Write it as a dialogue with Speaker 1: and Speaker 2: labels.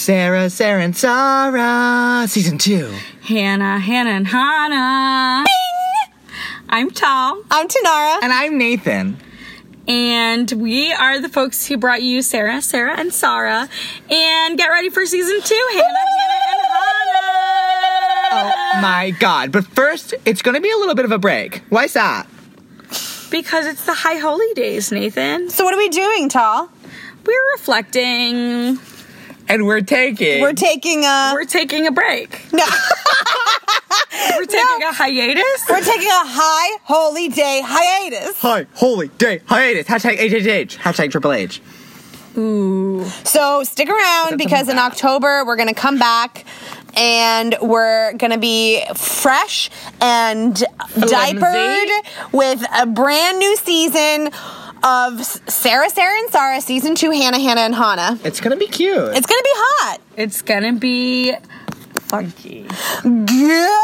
Speaker 1: Sarah, Sarah, and Sarah, season two.
Speaker 2: Hannah, Hannah, and Hannah. I'm Tom,
Speaker 3: I'm Tanara.
Speaker 1: And I'm Nathan.
Speaker 2: and we are the folks who brought you Sarah, Sarah, and Sarah. And get ready for season two, Hannah, Hannah, and Hannah.
Speaker 1: Oh my god. But first, it's gonna be a little bit of a break. Why's that?
Speaker 2: Because it's the High Holy Days, Nathan.
Speaker 3: So what are we doing, Tal?
Speaker 2: We're reflecting.
Speaker 1: And we're taking.
Speaker 3: We're taking a
Speaker 2: We're taking a break.
Speaker 3: no,
Speaker 2: We're taking a hiatus.
Speaker 3: we're taking a high holy day hiatus.
Speaker 1: Hi, holy day, hiatus. Hashtag HHH. Hashtag Triple H.
Speaker 2: Ooh.
Speaker 3: So stick around because in October we're gonna come back and we're gonna be fresh and diapered with a brand new season of Sarah, Sarah, and Sarah season two, Hannah, Hannah, and Hannah.
Speaker 1: It's gonna be cute.
Speaker 3: It's gonna be hot.
Speaker 2: It's gonna be funky.
Speaker 3: Good.